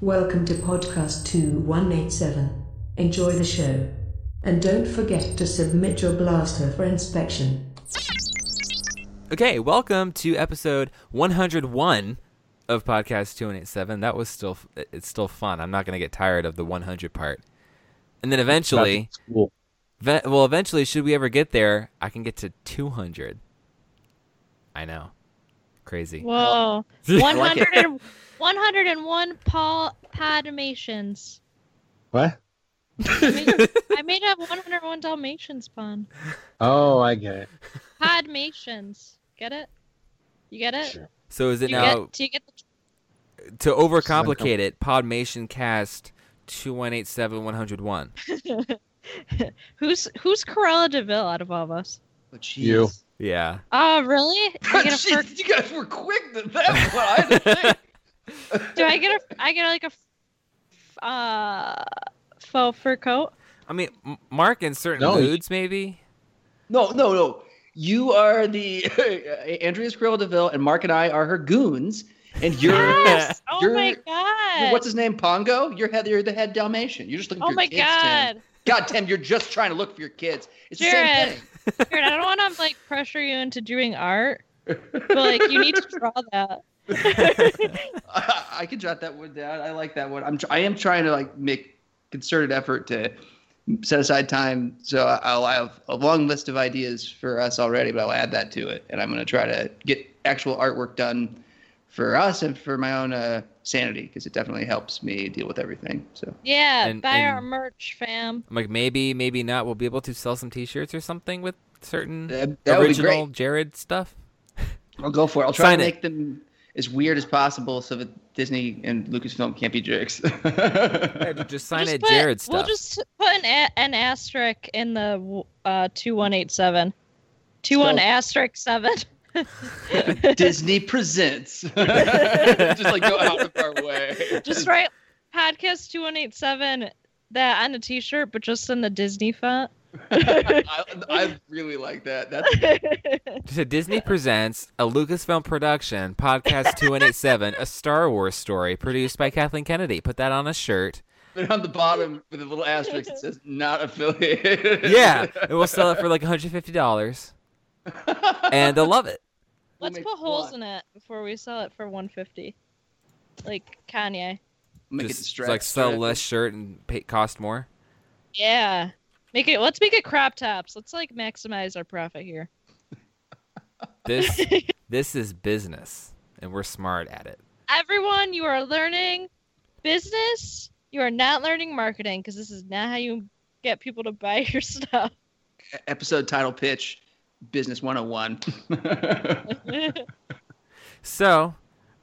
Welcome to Podcast 2187. Enjoy the show. And don't forget to submit your blaster for inspection. Okay, welcome to episode 101 of podcast 2187. That was still it's still fun. I'm not going to get tired of the 100 part. And then eventually, Cool. ve- well eventually should we ever get there, I can get to 200. I know. Crazy. Whoa. I 100 like it. and- 101 Paul Padmations. What? I made, I made up 101 Dalmatians pun. Oh, I get it. Uh, Padmations. Get it? You get it? Sure. So is Do it you now get, do you get the, to overcomplicate it? Podmation cast 2187 101. who's who's Corella Deville out of all of us? Oh, You. jeez. Yeah. Oh, really? Do I get a Jeez, fir- you guys were quick. That, that's what I had to think. do I get a I get like a f- uh faux fur coat? I mean, m- Mark in certain No, you- moods maybe. No, no, no. You are the Andreas Creel Deville, and Mark and I are her goons. And you're, Yes! Oh You're- my god. what's his name, Pongo? You're head, you're the head Dalmatian. You're just looking Oh for my your kids. god. Tim. God, Tim, you're just trying to look for your kids. It's the Jared. same thing. Jared, I don't want to like pressure you into doing art, but like you need to draw that. I, I can jot that one down. I like that one. I'm tr- I am trying to like make concerted effort to set aside time. So I- I'll I have a long list of ideas for us already, but I'll add that to it, and I'm going to try to get actual artwork done for us and for my own uh, sanity because it definitely helps me deal with everything. So Yeah, And- buy our and- merch, fam. I'm like maybe, maybe not. We'll be able to sell some T-shirts or something with certain that, that would be original great. Jared stuff. I'll go for it. I'll try Sign to it. make them as weird as possible so that Disney and Lucasfilm can't be jerks. Just sign Just it, put- Jared stuff. We'll just put an, a- an asterisk in the uh, 2187. 21 Spelled- asterisk 7. Disney presents. just like go out of our way. just write podcast 2187 that on a t shirt, but just in the Disney font. I, I really like that. That's Just a Disney presents a Lucasfilm production podcast two and eight seven, a Star Wars story produced by Kathleen Kennedy. Put that on a shirt. and on the bottom with a little asterisk that says not affiliated. Yeah, and we'll sell it for like 150 dollars, and they'll love it. We'll Let's make put holes one. in it before we sell it for 150 Like Kanye. Make it just stretch. like sell less shirt and pay, cost more. Yeah. Make it let's make it crop tops. Let's like maximize our profit here. This this is business, and we're smart at it. Everyone, you are learning business. You are not learning marketing because this is not how you get people to buy your stuff. Episode title pitch Business 101. So,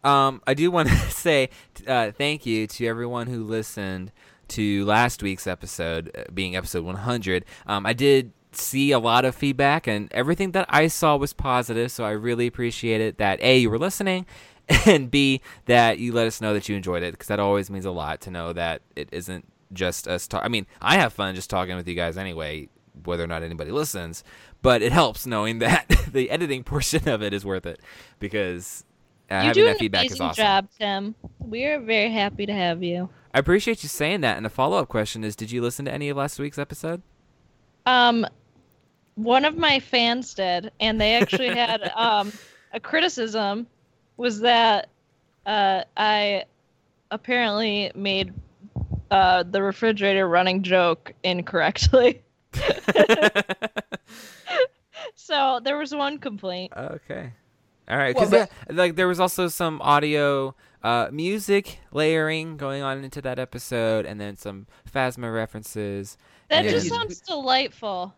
um, I do want to say uh, thank you to everyone who listened to last week's episode, uh, being episode 100. Um, I did see a lot of feedback, and everything that I saw was positive. So I really appreciate it that a you were listening, and b that you let us know that you enjoyed it because that always means a lot to know that it isn't just us talk. I mean, I have fun just talking with you guys anyway, whether or not anybody listens. But it helps knowing that the editing portion of it is worth it because uh, you having do that an feedback is amazing awesome. job, Tim. We are very happy to have you. I appreciate you saying that. And a follow up question is Did you listen to any of last week's episode? Um, one of my fans did, and they actually had um a criticism was that uh I apparently made uh the refrigerator running joke incorrectly. So there was one complaint. okay. All right. Well, Because like there was also some audio uh, music layering going on into that episode and then some Phasma references. That Yeah. just sounds delightful.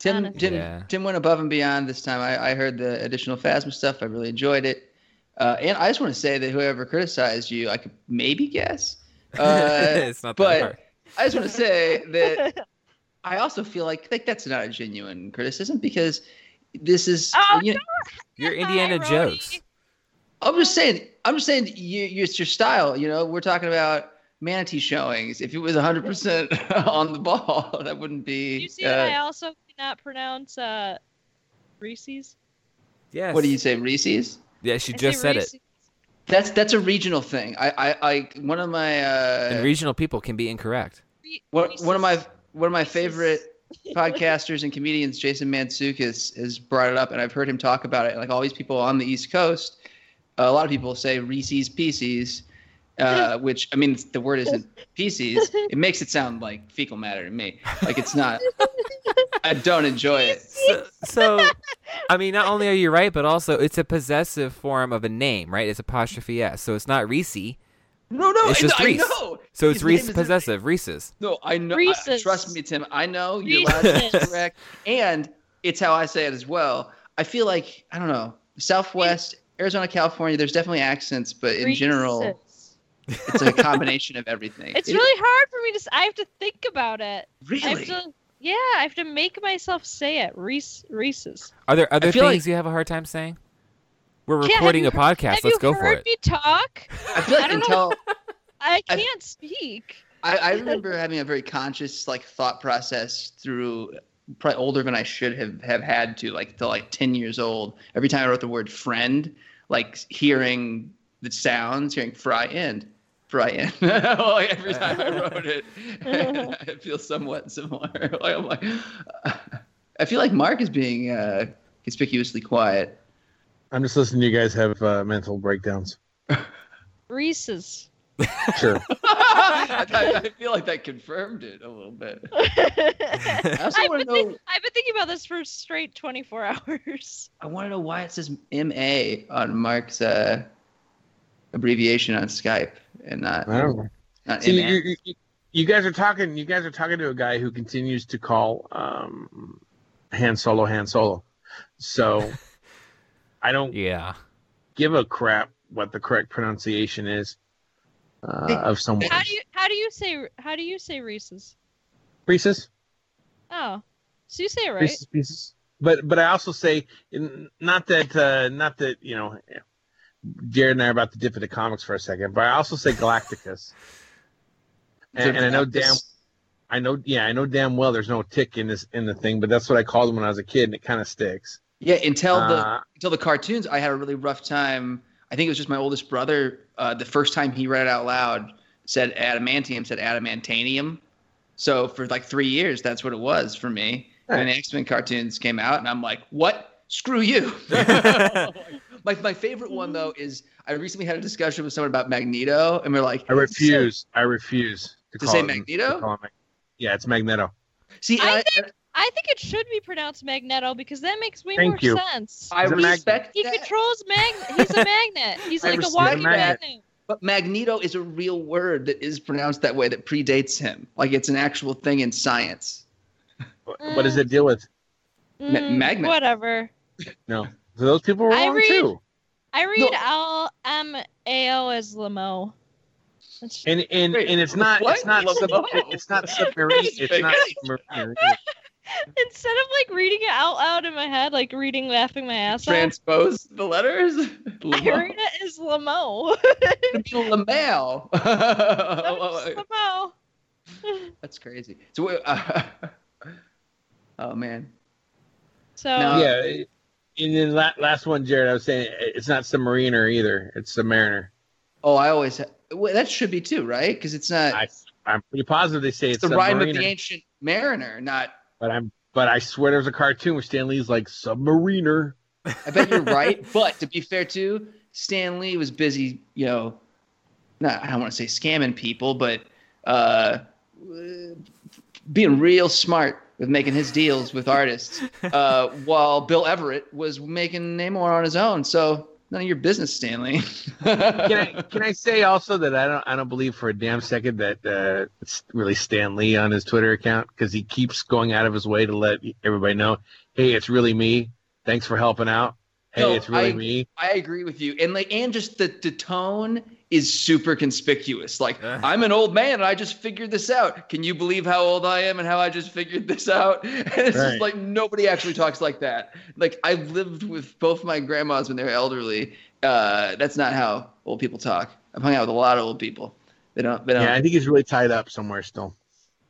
Tim, Honestly. Tim, Yeah. Tim went above and beyond this time. I, I heard the additional Phasma stuff. I really enjoyed it. Uh, and I just want to say that whoever criticized you, I could maybe guess. Uh, it's not but- that hard. I just want to say that I also feel like like that's not a genuine criticism because this is. Oh, you know, Your Indiana Roddy. jokes. I'm just saying. I'm just saying. You, you, it's your style. You know, we're talking about manatee showings. If it was 100 percent on the ball, that wouldn't be. You see uh, that I also cannot pronounce uh, Reese's. Yes. what do you say, Reese's? Yeah, she I say just said it. Reese's. That's that's a regional thing. I I, I one of my and uh, regional people can be incorrect. one, one of my one of my favorite podcasters and comedians, Jason Mantzoukas, has brought it up, and I've heard him talk about it. Like all these people on the East Coast, a lot of people say Reese's Pieces, uh, which I mean the word isn't pieces. It makes it sound like fecal matter to me. Like it's not. I don't enjoy it. So, so, I mean, not only are you right, but also it's a possessive form of a name, right? It's apostrophe s, so it's not Reese. No, no, It's I, just know- I Reese. know. So it's His Reese name is- possessive, Reese's. No, I know. I, Reese's. trust me, Tim. I know you're last Reese's. correct, and it's how I say it as well. I feel like I don't know Southwest Arizona, California. There's definitely accents, but in general, Reese's. it's a combination of everything. It's It- really hard for me to. s- I have to think about it. I really. have to. Yeah, I have to make myself say it. Reese, Reese's. Are there other feel things like- you have a hard time saying? We're Yeah, have recording you a podcast. have Let's you go for heard it. me talk? I feel I like don't know. until I I- can't speak. I, I remember having a very conscious like thought process through probably older than I should have have had to like till like ten years old. Every time I wrote the word friend, like hearing the sounds, hearing fry end, fry end. like every time I wrote it, it feels somewhat similar. like, I'm like, I feel like Mark is being uh, conspicuously quiet. I'm just listening to you guys have uh, mental breakdowns. Reese's. Sure. I, I feel like that confirmed it a little bit. I also I've want been, to know. think- I've been thinking about this for straight 24 hours. I want to know why it says MA on Mark's uh, abbreviation on Skype and not, I don't know. not See, MA. you, you, you guys are talking. You guys are talking to a guy who continues to call um, Han Solo Han Solo. So I don't Yeah. give a crap what the correct pronunciation is uh, of someone. How do you how do you say how do you say Reese's? Reese's? Oh, so you say it right? Reese's Pieces. But but I also say n- not that uh, not that you know. Jared and I are about to dip into comics for a second, but I also say Galacticus. and- and I know damn- I know, yeah, I know damn well there's no tick in this in the thing, but that's what I called him when I was a kid, and it kind of sticks. Yeah, until the Uh, until the cartoons, I had a really rough time. I think it was just my oldest brother. Uh, the first time he read it out loud, said adamantium, said adamantanium. So for like three years, that's what it was for me. And the X Men cartoons came out, and I'm like, what? Screw you. my my favorite one though is I recently had a discussion with someone about Magneto, and we're like, I refuse. I refuse to, To call say him- Magneto? to call him Mag- yeah, it's Magneto. See, I I, I think it should be pronounced Magneto because that makes way Thank more you. sense. I He's a magnet. respect He that, controls mag. He's a magnet. He's I like a respect- walking magnet. magnet. but Magneto is a real word that is pronounced that way that predates him. Like it's an actual thing in science. What, what does it deal with? Ma- Mm, magnet. Whatever. No, so those people were I wrong read- too. I read No. L M A O as Lamo. That's- And and, Wait, and it's not what? it's not sub, Lamo? it's not submarine it's not submarine. Instead of like reading it out loud in my head, like reading, laughing my ass Transpose the letters. off, I read it as Oh, Lamo. Lamel. oh, Lamo. That's crazy. So, wait, uh, oh man, So No. yeah, it- and then la- last one, Jared, I was saying it- it's not submariner either. It's submariner. oh I always ha- well, that should be too, right? Because it's not. I, I'm pretty positive they say it's it's, the rhyme of submariner, the ancient mariner, not. but I'm but I swear there's a cartoon where Stan Lee's like submariner. I bet you're right, but to be fair too, Stan Lee was busy, you know, not I don't want to say scamming people, but uh, uh, being real smart with making his deals with artists, uh, while Bill Everett was making Namor on his own. So none of your business, Stan Lee. Can I can I say also that I don't I don't believe for a damn second that uh, it's really Stan Lee on his Twitter account because he keeps going out of his way to let everybody know, hey, it's really me. Thanks for helping out. Hey, No, it's really I- me. I agree with you, and like, and just the the tone is super conspicuous. Like, Yeah. I'm an old man, and I just figured this out. Can you believe how old I am and how I just figured this out? And it's Right. just like nobody actually talks like that. Like, I've lived with both my grandmas when they're elderly. Uh, that's not how old people talk. I've hung out with a lot of old people. They don't. They don't. Yeah, I think he's really tied up somewhere still.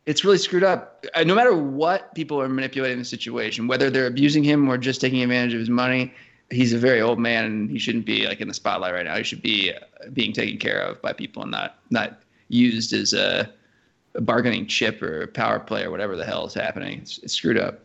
It's really screwed up. Uh, No matter what people are manipulating the situation, whether they're abusing him or just taking advantage of his money, he's a very old man and he shouldn't be like in the spotlight right now. He should be uh, being taken care of by people and not not used as a, a bargaining chip or a power play or whatever the hell is happening. It's, it's screwed up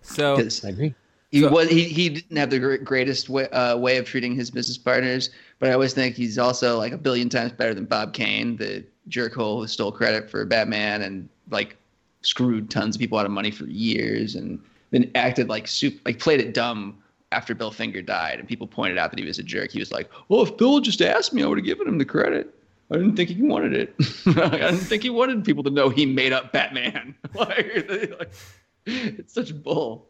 So because I agree. he So- was he, he didn't have the gr- greatest way, uh, way of treating his business partners. But I always think he's also like a billion times better than Bob Kane, the jerkhole who stole credit for Batman and like screwed tons of people out of money for years and then acted like soup like played it dumb after Bill Finger died and people pointed out that he was a jerk. He was like, "Well, if Bill had just asked me, I would have given him the credit." I didn't think he wanted it. Like, I didn't think he wanted people to know he made up Batman. like, like, it's such bull.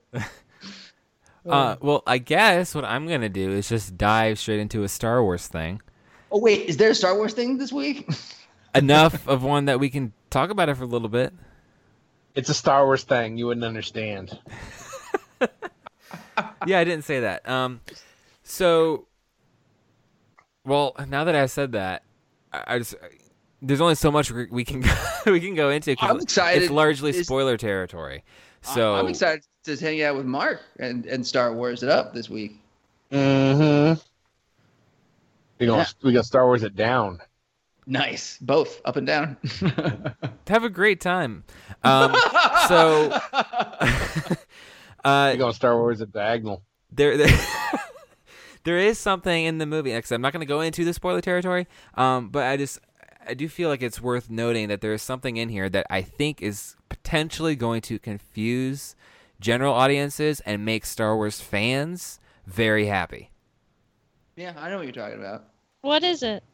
Uh, well, I guess what I'm gonna do is just dive straight into a Star Wars thing. Oh wait, is there a Star Wars thing this week? Enough of one that we can talk about it for a little bit. It's a Star Wars thing. You wouldn't understand. Yeah, I didn't say that. Um, so, well, now that I said that, I, I just there's only so much we we can we can go into. 'cause I'm excited. It's largely It's- spoiler territory. So I'm excited to hang out with Mark and, and Star Wars it up this week. Mm-hmm. We gonna Yeah. we gonna Star Wars it down. Nice, both up and down. have a great time. Um, so. uh, We gonna Star Wars it diagonal. there, there there is something in the movie. Like I said, I'm not going to go into the spoiler territory, um, but I just I do feel like it's worth noting that there is something in here that I think is potentially going to confuse general audiences and make Star Wars fans very happy. yeah, I know what you're talking about. What is it?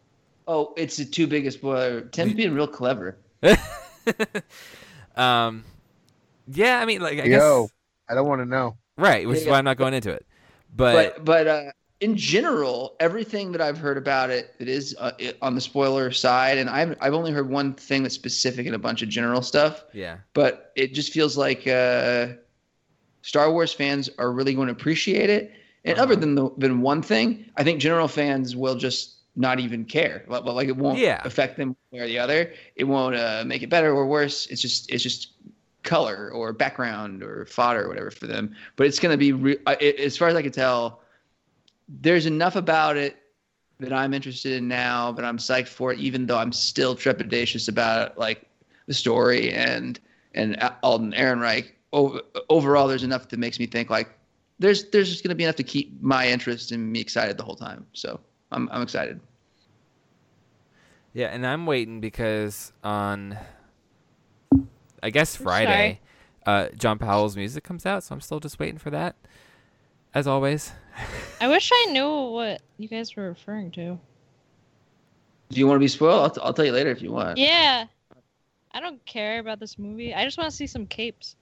Oh, it's the two biggest spoiler. Tim's being real clever. um, yeah, I mean, like I Yo, guess I don't want to know. right, which is Yeah, why yeah. I'm not going into it. but but uh, in general, everything that I've heard about it that is uh, it- on the spoiler side, and I've I've only heard one thing that's specific and a bunch of general stuff. yeah. but it just feels like uh, Star Wars fans are really going to appreciate it. And other Uh-huh. than the than one thing, I think general fans will just not even care. Like, like it won't Yeah. affect them one way or the other. It won't uh, make it better or worse. It's just it's just color or background or fodder or whatever for them. But it's going to be re- I- it, as far as I can tell. There's enough about it that I'm interested in now, but I'm psyched for it, even though I'm still trepidatious about like the story and and uh, Alden Ehrenreich. Over, overall, there's enough that makes me think like there's there's just gonna be enough to keep my interest and me excited the whole time. So I'm I'm excited. Yeah, and I'm waiting because on, I guess I'm Friday, uh, John Powell's music comes out, so I'm still just waiting for that. As always, I wish I knew what you guys were referring to. Do you want to be spoiled? I'll, t- I'll tell you later if you want. Yeah. I don't care about this movie. I just want to see some capes.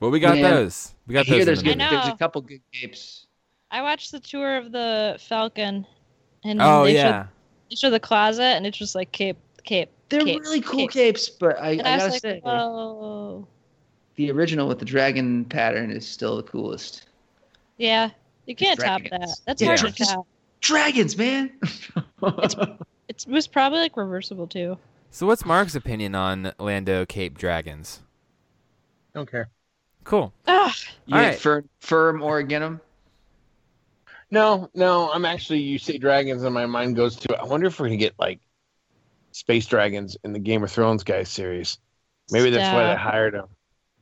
well, we got Man, those. We I got hear those. in there's the good, movie. I there's know. a couple good capes. I watched the tour of the Falcon, and Oh they yeah, showed, they showed the closet, and it's just like cape, cape. They're cape, really cool cape. capes, but I, I And I, gotta was like, say whoa, the original with the dragon pattern is still the coolest. yeah, you can't top that. Dragons. That's Yeah. hard to Just- top. Dragons, man. It's- It was probably like reversible too. So what's Mark's opinion on Lando Cape Dragons? Don't care. Cool. Ugh. you All mean right. firm, firm Oregonum. No, no. I'm actually. You say dragons, and my mind goes to. I wonder if we're gonna get like space dragons in the Game of Thrones guys series. Maybe that's why they Stop. hired them.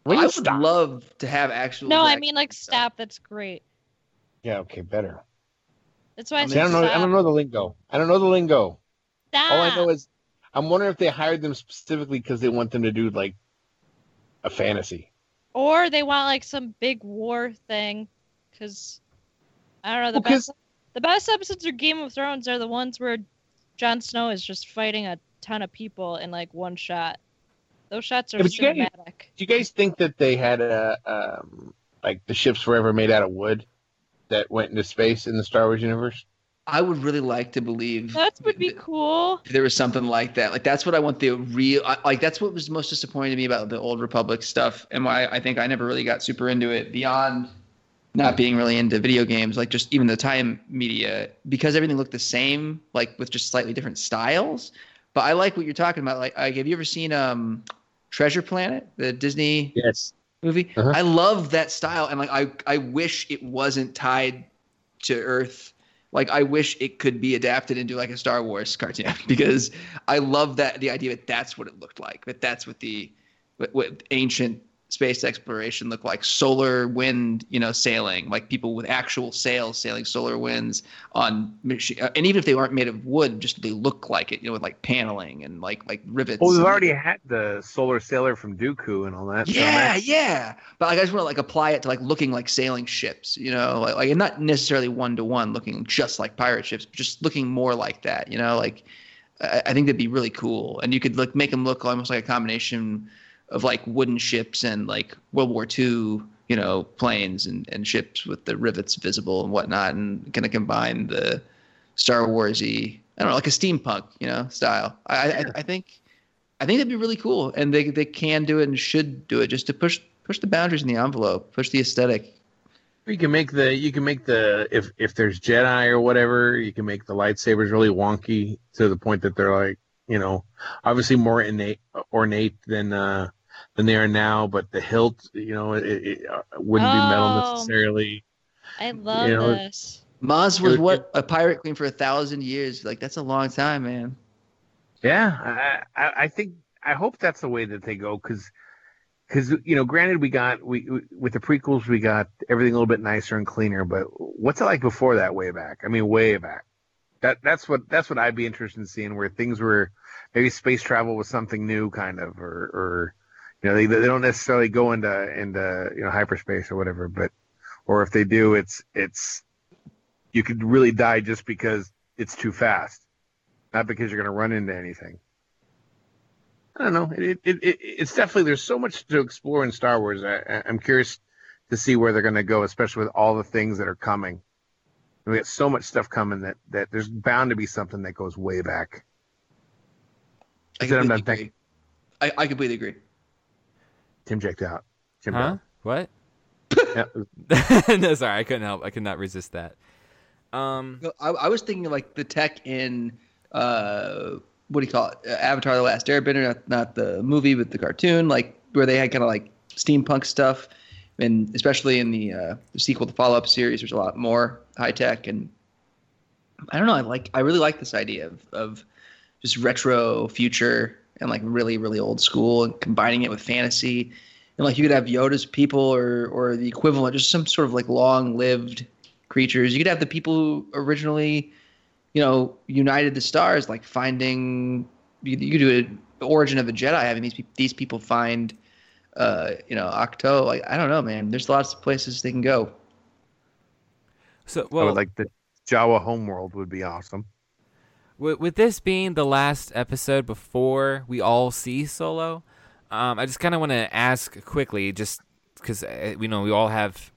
I would love to have actual. No, I dragons. mean like stop. That's great. Yeah. Okay. Better. That's why I, I mean, See, I said don't know. I don't know the lingo. I don't know the lingo. stop. All I know is, I'm wondering if they hired them specifically because they want them to do like a fantasy. or they want like some big war thing, because I don't know the Well, 'cause- best. The best episodes of Game of Thrones are the ones where Jon Snow is just fighting a ton of people in like one shot. Those shots are Yeah, but you gotta- cinematic. Do you guys think that they had a um, like the ships were ever made out of wood that went into space in the Star Wars universe? I would really like to believe That would be cool. there was something like that. Like that's what I want the real. I- Like that's what was most disappointing to me about the old Republic stuff, and why I think I never really got super into it beyond not being really into video games. Like just even the time media because everything looked the same, like with just slightly different styles. But I like what you're talking about. Like, like have you ever seen um, Treasure Planet, the Disney Yes. movie? Uh-huh. I love that style, and like I I wish it wasn't tied to Earth. Like I wish it could be adapted into like a Star Wars cartoon because I love that the idea that that's what it looked like. That that's what the what, what ancient space exploration looked like solar wind you know sailing like people with actual sails sailing solar winds on machine and even if they aren't made of wood just they look like it you know with like paneling and like like rivets Well, we've and- already had the Solar Sailor from Dooku and all that. so yeah, that- yeah. But like, I just want to like apply it to like looking like sailing ships, you know, like, like and not necessarily one to one looking just like pirate ships, but just looking more like that, you know, like I, I think that'd be really cool. And you could look make them look almost like a combination of like wooden ships and like World War II, you know, planes and, and ships with the rivets visible and whatnot, and kind of combine the Star Warsy, I don't know, like a steampunk, you know, style. I, I, I think. I think that'd be really cool, and they they can do it and should do it just to push push the boundaries in the envelope, push the aesthetic. You can make the you can make the if if there's Jedi or whatever, you can make the lightsabers really wonky to the point that they're like, you know, obviously more innate ornate than uh than they are now, but the hilt, you know, it, it uh, wouldn't be metal Oh. necessarily. I love know, this. Maz was Dude, what a pirate queen for a thousand years. Like that's a long time, man. Yeah, I, I, I think I hope that's the way that they go because because you know, granted, we got we we- with the prequels, we got everything a little bit nicer and cleaner. But what's it like before that? Way back, I mean, way back. That that's what that's what I'd be interested in seeing where things were maybe space travel was something new, kind of, or or you know, they they don't necessarily go into into you know hyperspace or whatever, but or if they do, it's it's you could really die just because it's too fast not because you're going to run into anything. I don't know. It, it, it, it's definitely there's so much to explore in Star Wars. I, I- I'm curious to see where they're going to go, especially with all the things that are coming. We got so much stuff coming that, that there's bound to be something that goes way back. I Then I'm completely not agree. I, I completely agree. Tim checked out. Tim Huh? What? checked out. no, sorry, I couldn't help. I could not resist that. Um, No, I, I was thinking of like the tech in uh, what do you call it? Uh, Avatar: The Last Airbender, not, not the movie, but the cartoon, like where they had kind of like steampunk stuff, and especially in the, uh, the sequel, the follow-up series, there's a lot more high tech, and I don't know. I like I really like this idea of of just retro future and like really really old school and combining it with fantasy. And like you could have Yoda's people or or the equivalent, just some sort of like long lived creatures. You could have the people who originally, you know, united the stars, like finding. You, you could do an origin of a Jedi, having these peop- these people find, uh, you know, Octo. Like I don't know, man. There's lots of places they can go. so I well, would like the Jawa homeworld would be awesome. with, with this being the last episode before we all see Solo, um, I just kind of want to ask quickly, just because we know we all have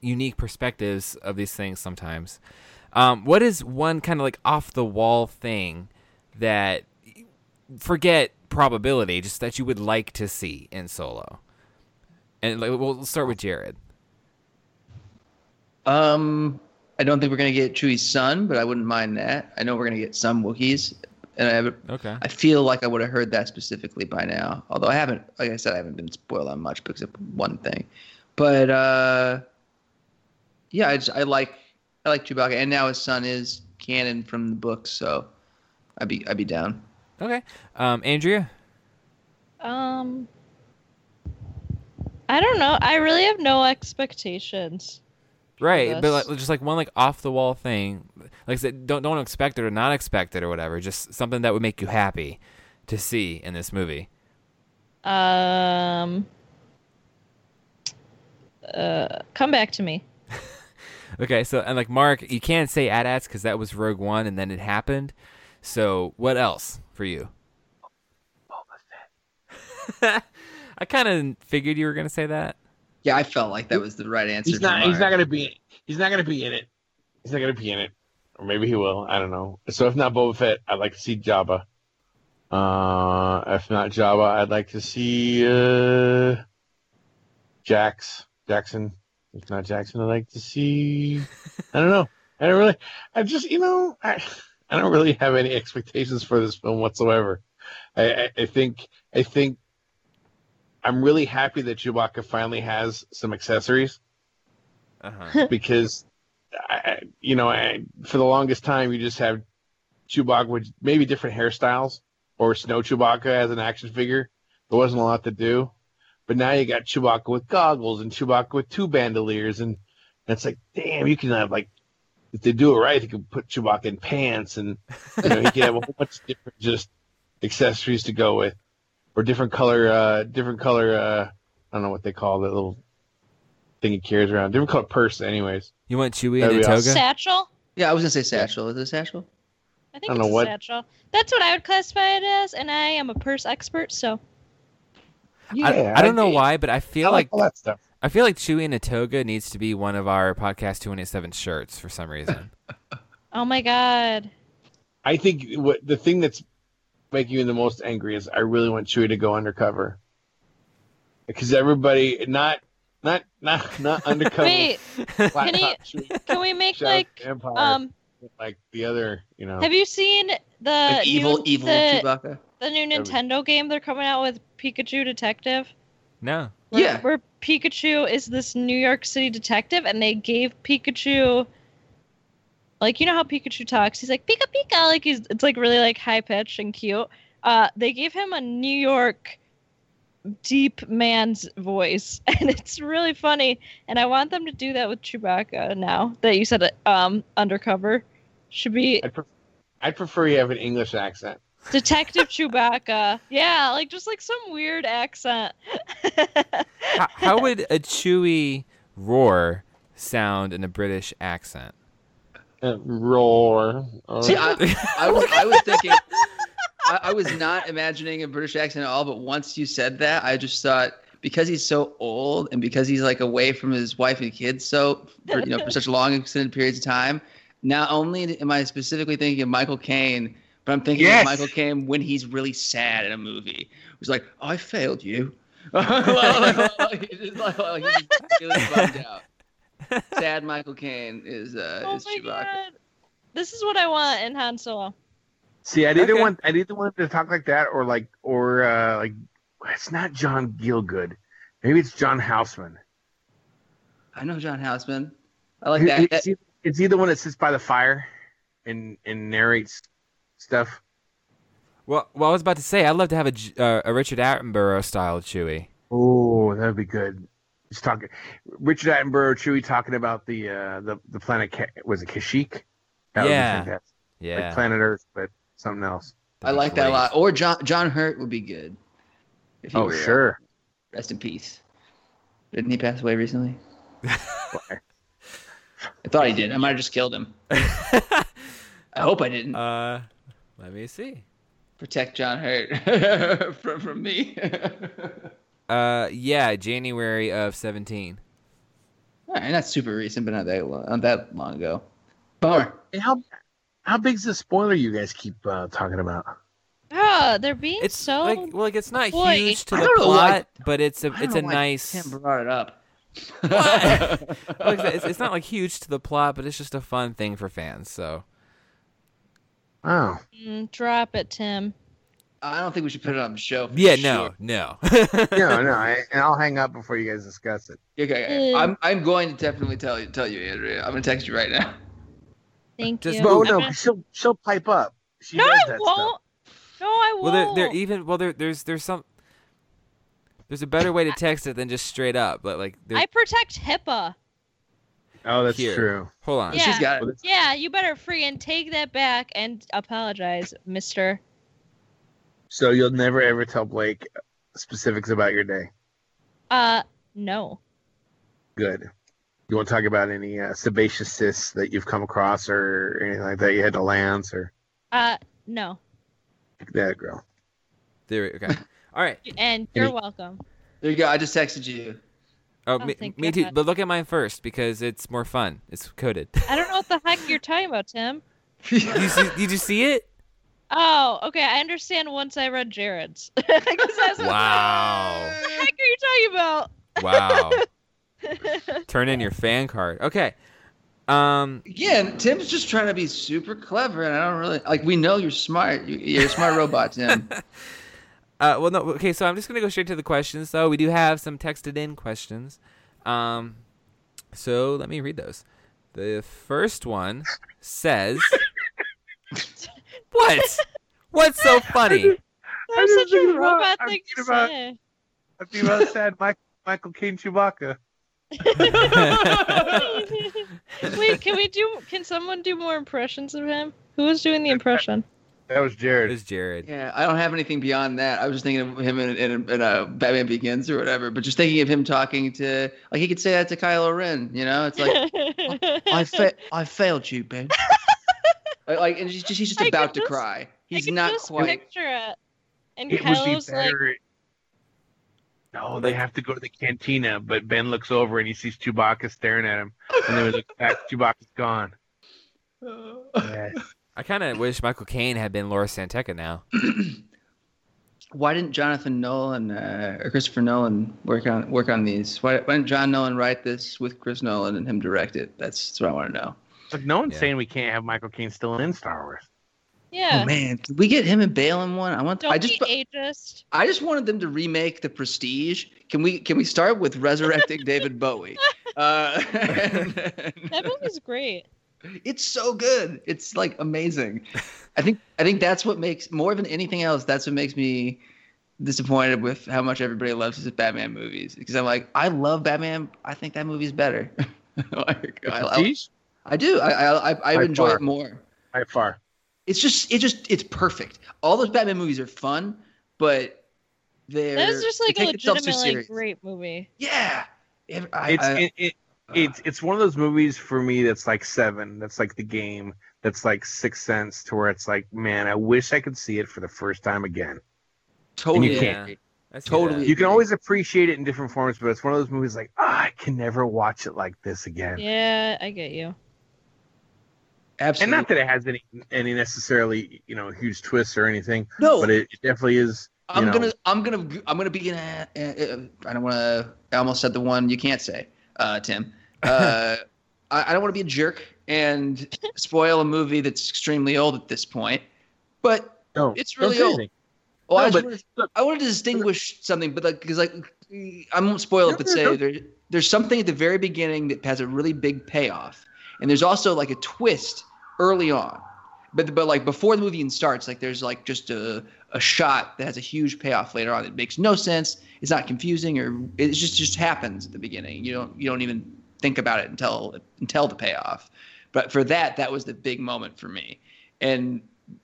unique perspectives of these things sometimes. Um, what is one kind of like off the wall thing that forget probability, just that you would like to see in Solo? And like, we'll we'll start with Jared. Um, I don't think we're gonna get Chewie's son, but I wouldn't mind that. I know we're gonna get some Wookiees, and I have Okay. I feel like I would have heard that specifically by now. Although I haven't, like I said, I haven't been spoiled on much because of one thing. But uh, yeah, I, just, I like I like Chewbacca, and now his son is canon from the book, so I'd be I'd be down. Okay. Um, Andrea. Um, I don't know. I really have no expectations. Right, but Yes. like, just like one like off the wall thing, like I said, don't don't expect it or not expect it or whatever. Just something that would make you happy to see in this movie. Um, uh, come back to me. Okay, so and like Mark, you can't say AT-ATs because that was Rogue One and then it happened. So what else for you? I kind of figured you were gonna say that. Yeah, I felt like that was the right answer. He's for not. He's Mara. not going to be. He's not going to be in it. He's not going to be in it, or maybe he will. I don't know. So if not Boba Fett, I'd like to see Jabba. Uh, if not Jabba, I'd like to see uh, Jax Jackson. If not Jackson, I'd like to see. I don't know. I don't really. I just you know I. I don't really have any expectations for this film whatsoever. I, I, I think I think I'm really happy that Chewbacca finally has some accessories Uh-huh. because I, you know, I, for the longest time, you just have Chewbacca with maybe different hairstyles or Snow Chewbacca as an action figure. There wasn't a lot to do, but now you got Chewbacca with goggles and Chewbacca with two bandoliers, and, and it's like, damn, you can have like, if they do it right, you can put Chewbacca in pants, and you know, he can have a whole bunch of different just accessories to go with, or different color, uh, different color. Uh, I don't know what they call that little thing he carries around. Different color purse, anyways. You want Chewie and a That'd be toga? awesome. Satchel? Yeah, I was gonna say satchel. Is it a satchel? I think I don't it's know a what- satchel. That's what I would classify it as, and I am a purse expert, so I, I don't know why, but I feel I like like all that stuff. I feel like Chewie and a toga needs to be one of our podcast 287 shirts for some reason. oh my god. I think what the thing that's making me the most angry is I really want Chewie to go undercover because everybody not not not not undercover. Wait, flat he- top Chewie, can we make Shadow of like the Empire, um like the other, you know. have you seen the Uh, An new- evil, evil the, Chewbacca. the new That was- Nintendo game they're coming out with Pikachu Detective? no. where- Yeah. Where Pikachu is this New York City detective, and they gave Pikachu, like you know how Pikachu talks. He's like Pika Pika, like he's it's like really like high pitched and cute. Uh, they gave him a New York deep man's voice, and it's really funny. And I want them to do that with Chewbacca now that you said it, um undercover should be I'd, pref- I'd prefer you have an English accent. Detective Chewbacca. Yeah, like just like some weird accent. How, how would a Chewie roar sound in a British accent? Uh, roar. Uh, See, Oh. I, I, was, I was thinking, I, I was not imagining a British accent at all. But once you said that, I just thought because he's so old and because he's like away from his wife and kids so for, you know for such long extended periods of time. Not only am I specifically thinking of Michael Caine, but I'm thinking Yes. of Michael Caine when he's really sad in a movie. He's like, "I failed you." like, like, he's just like- like he's just really bummed out. Sad Michael Caine is uh, Oh is my Chewbacca. god. This is what I want in Han Solo. See, I didn't Okay. want I didn't want him to talk like that or like or uh like it's not John Gielgud. Maybe it's John Houseman. I know John Houseman. I like It- that. It's, either, it's either one that sits by the fire and and narrates stuff. Well, well, I was about to say I'd love to have a, J- uh, a Richard Attenborough style Chewie. Oh, that would be good. He's talking Richard Attenborough, Chewie talking about the uh the, the planet Ka- was it Kashyyyk? That Yeah. would be fantastic. Yeah, Like planet Earth, but something else. I like that a lot. Or John John Hurt would be good. If he Oh were- sure. Rest in peace. Didn't he pass away recently? I thought he did. I might have just killed him. I hope I didn't. Uh, let me see. Protect John Hurt from, from me. Uh, yeah, January of seventeen. All right, not super recent, but not that long, not that long ago. Bummer. And how how big's the spoiler you guys keep uh, talking about? Oh, they're being It's so like well, like it's not Boy, huge to I the don't know why- plot, but it's a I don't it's know a why nice. Tim brought it up. like I said, it's, it's not like huge to the plot, but it's just a fun thing for fans. So Oh, Mm, drop it, Tim. I don't think we should put it on the show. for yeah, sure. no, no. no, no, I, and I'll hang up before you guys discuss it. Okay, okay. Mm. I'm I'm going to definitely tell you tell you, Andrea. I'm gonna text you right now. Thank Just- you. Yeah. No, I'm oh, no, gonna- 'cause she'll she'll pipe up. She No, does I that won't. No, I won't. well, e-, there, there even well there there's there's some there's a better way to text it than just straight up, but like there, I protect HIPAA. Stuff. Oh, that's Here. true. hold on. Yeah. She's got it. Yeah, you better freaking take that back and apologize, mister. So you'll never ever tell Blake specifics about your day. Uh, no. Good. You won't talk about any uh, sebaceous cysts that you've come across or anything like that you had to lance or Uh, no. that girl. There, okay. All right. And you're Any- welcome. There you go. I just texted you. Oh, Oh, me, thank me too. God. But look at mine first because it's more fun. It's coded. I don't know what the heck you're talking about, Tim. you see, did you see it? Oh, okay. I understand once I read Jared's. 'Cause I was like, Wow. What the heck are you talking about? Wow. Turn in your fan card. Okay. Um. Again, Tim's just trying to be super clever, and I don't really like. We know you're smart. You, you're a smart robot, Tim. Uh. Well, no. Okay. So I'm just gonna go straight to the questions. though. we do have some texted in questions. Um. So let me read those. The first one says, "What? What's so funny?" That I was didn't such a think about- robot I'm thing to thinking about- say. I'd be well sad. Michael, Michael King Chewbacca. Wait, can we do? Can someone do more impressions of him? Who was doing the impression? That was Jared. It's Jared. Yeah, I don't have anything beyond that. I was just thinking of him in, in, in uh, Batman Begins or whatever, but just thinking of him talking to, like, he could say that to Kylo Ren, you know? It's like, I, fa- I failed you, Ben. like, like, and he's just, he's just I could about to just- cry. I He's can not just quite. picture it. And It would Kylo's be like, better. no, they have to go to the cantina, but Ben looks over and he sees Chewbacca staring at him, and then he looks back. Chewbacca's gone. Yeah. I kind of wish Michael Caine had been Laura Santeca now. Why didn't Jonathan Nolan uh, or Christopher Nolan work on work on these? Why, why didn't John Nolan write this with Chris Nolan and him direct it? That's, that's what I want to know. Like no one's Yeah. saying we can't have Michael Caine still in Star Wars. yeah, Oh man, can we get him and Bale in one? I want. don't I just. be ageist. I just wanted them to remake the Prestige. Can we can we start with resurrecting David Bowie? Uh, That movie's great. it's so good. It's like amazing. I think I think that's what makes more than anything else. That's what makes me disappointed with how much everybody loves his Batman movies because I'm like I love Batman. I think that movie's better. Like, I, I, Prestige? I do. I I, I, I By enjoy far. it more. By far. It's just it just it's perfect. All those Batman movies are fun, but they're That was just they like a take themselves too legitimately serious. great movie. Yeah. If- I, It's I- it, it, Uh, it's it's one of those movies for me that's like seven. That's like the game. That's like Sixth Sense, to where it's like, man, I wish I could see it for the first time again. totally. you can't. agree. I see Totally. that. You can always appreciate it in different forms, but it's one of those movies like, ah, I can never watch it like this again. Yeah, I get you. And Absolutely. not that it has any any necessarily you know huge twists or anything, no, but it, it definitely is. I'm you know. gonna, I'm gonna, I'm gonna be in a. a, a I don't want to. I almost said the one you can't say, uh, Tim. Uh, I, I don't want to be a jerk and spoil a movie that's extremely old at this point, but No, It's don't really say old. anything. Well, No, I, just but- wanted, look- I wanted to distinguish something, but like, because like, I won't spoil No, it, but no, say no. there, there's something at the very beginning that has a really big payoff, and there's also like a twist early on, but but like before the movie even starts, like there's like just a a shot that has a huge payoff later on. It makes no sense. It's not confusing, or it just just happens at the beginning. You don't you don't even think about it until until the payoff. But for that, that was the big moment for me, and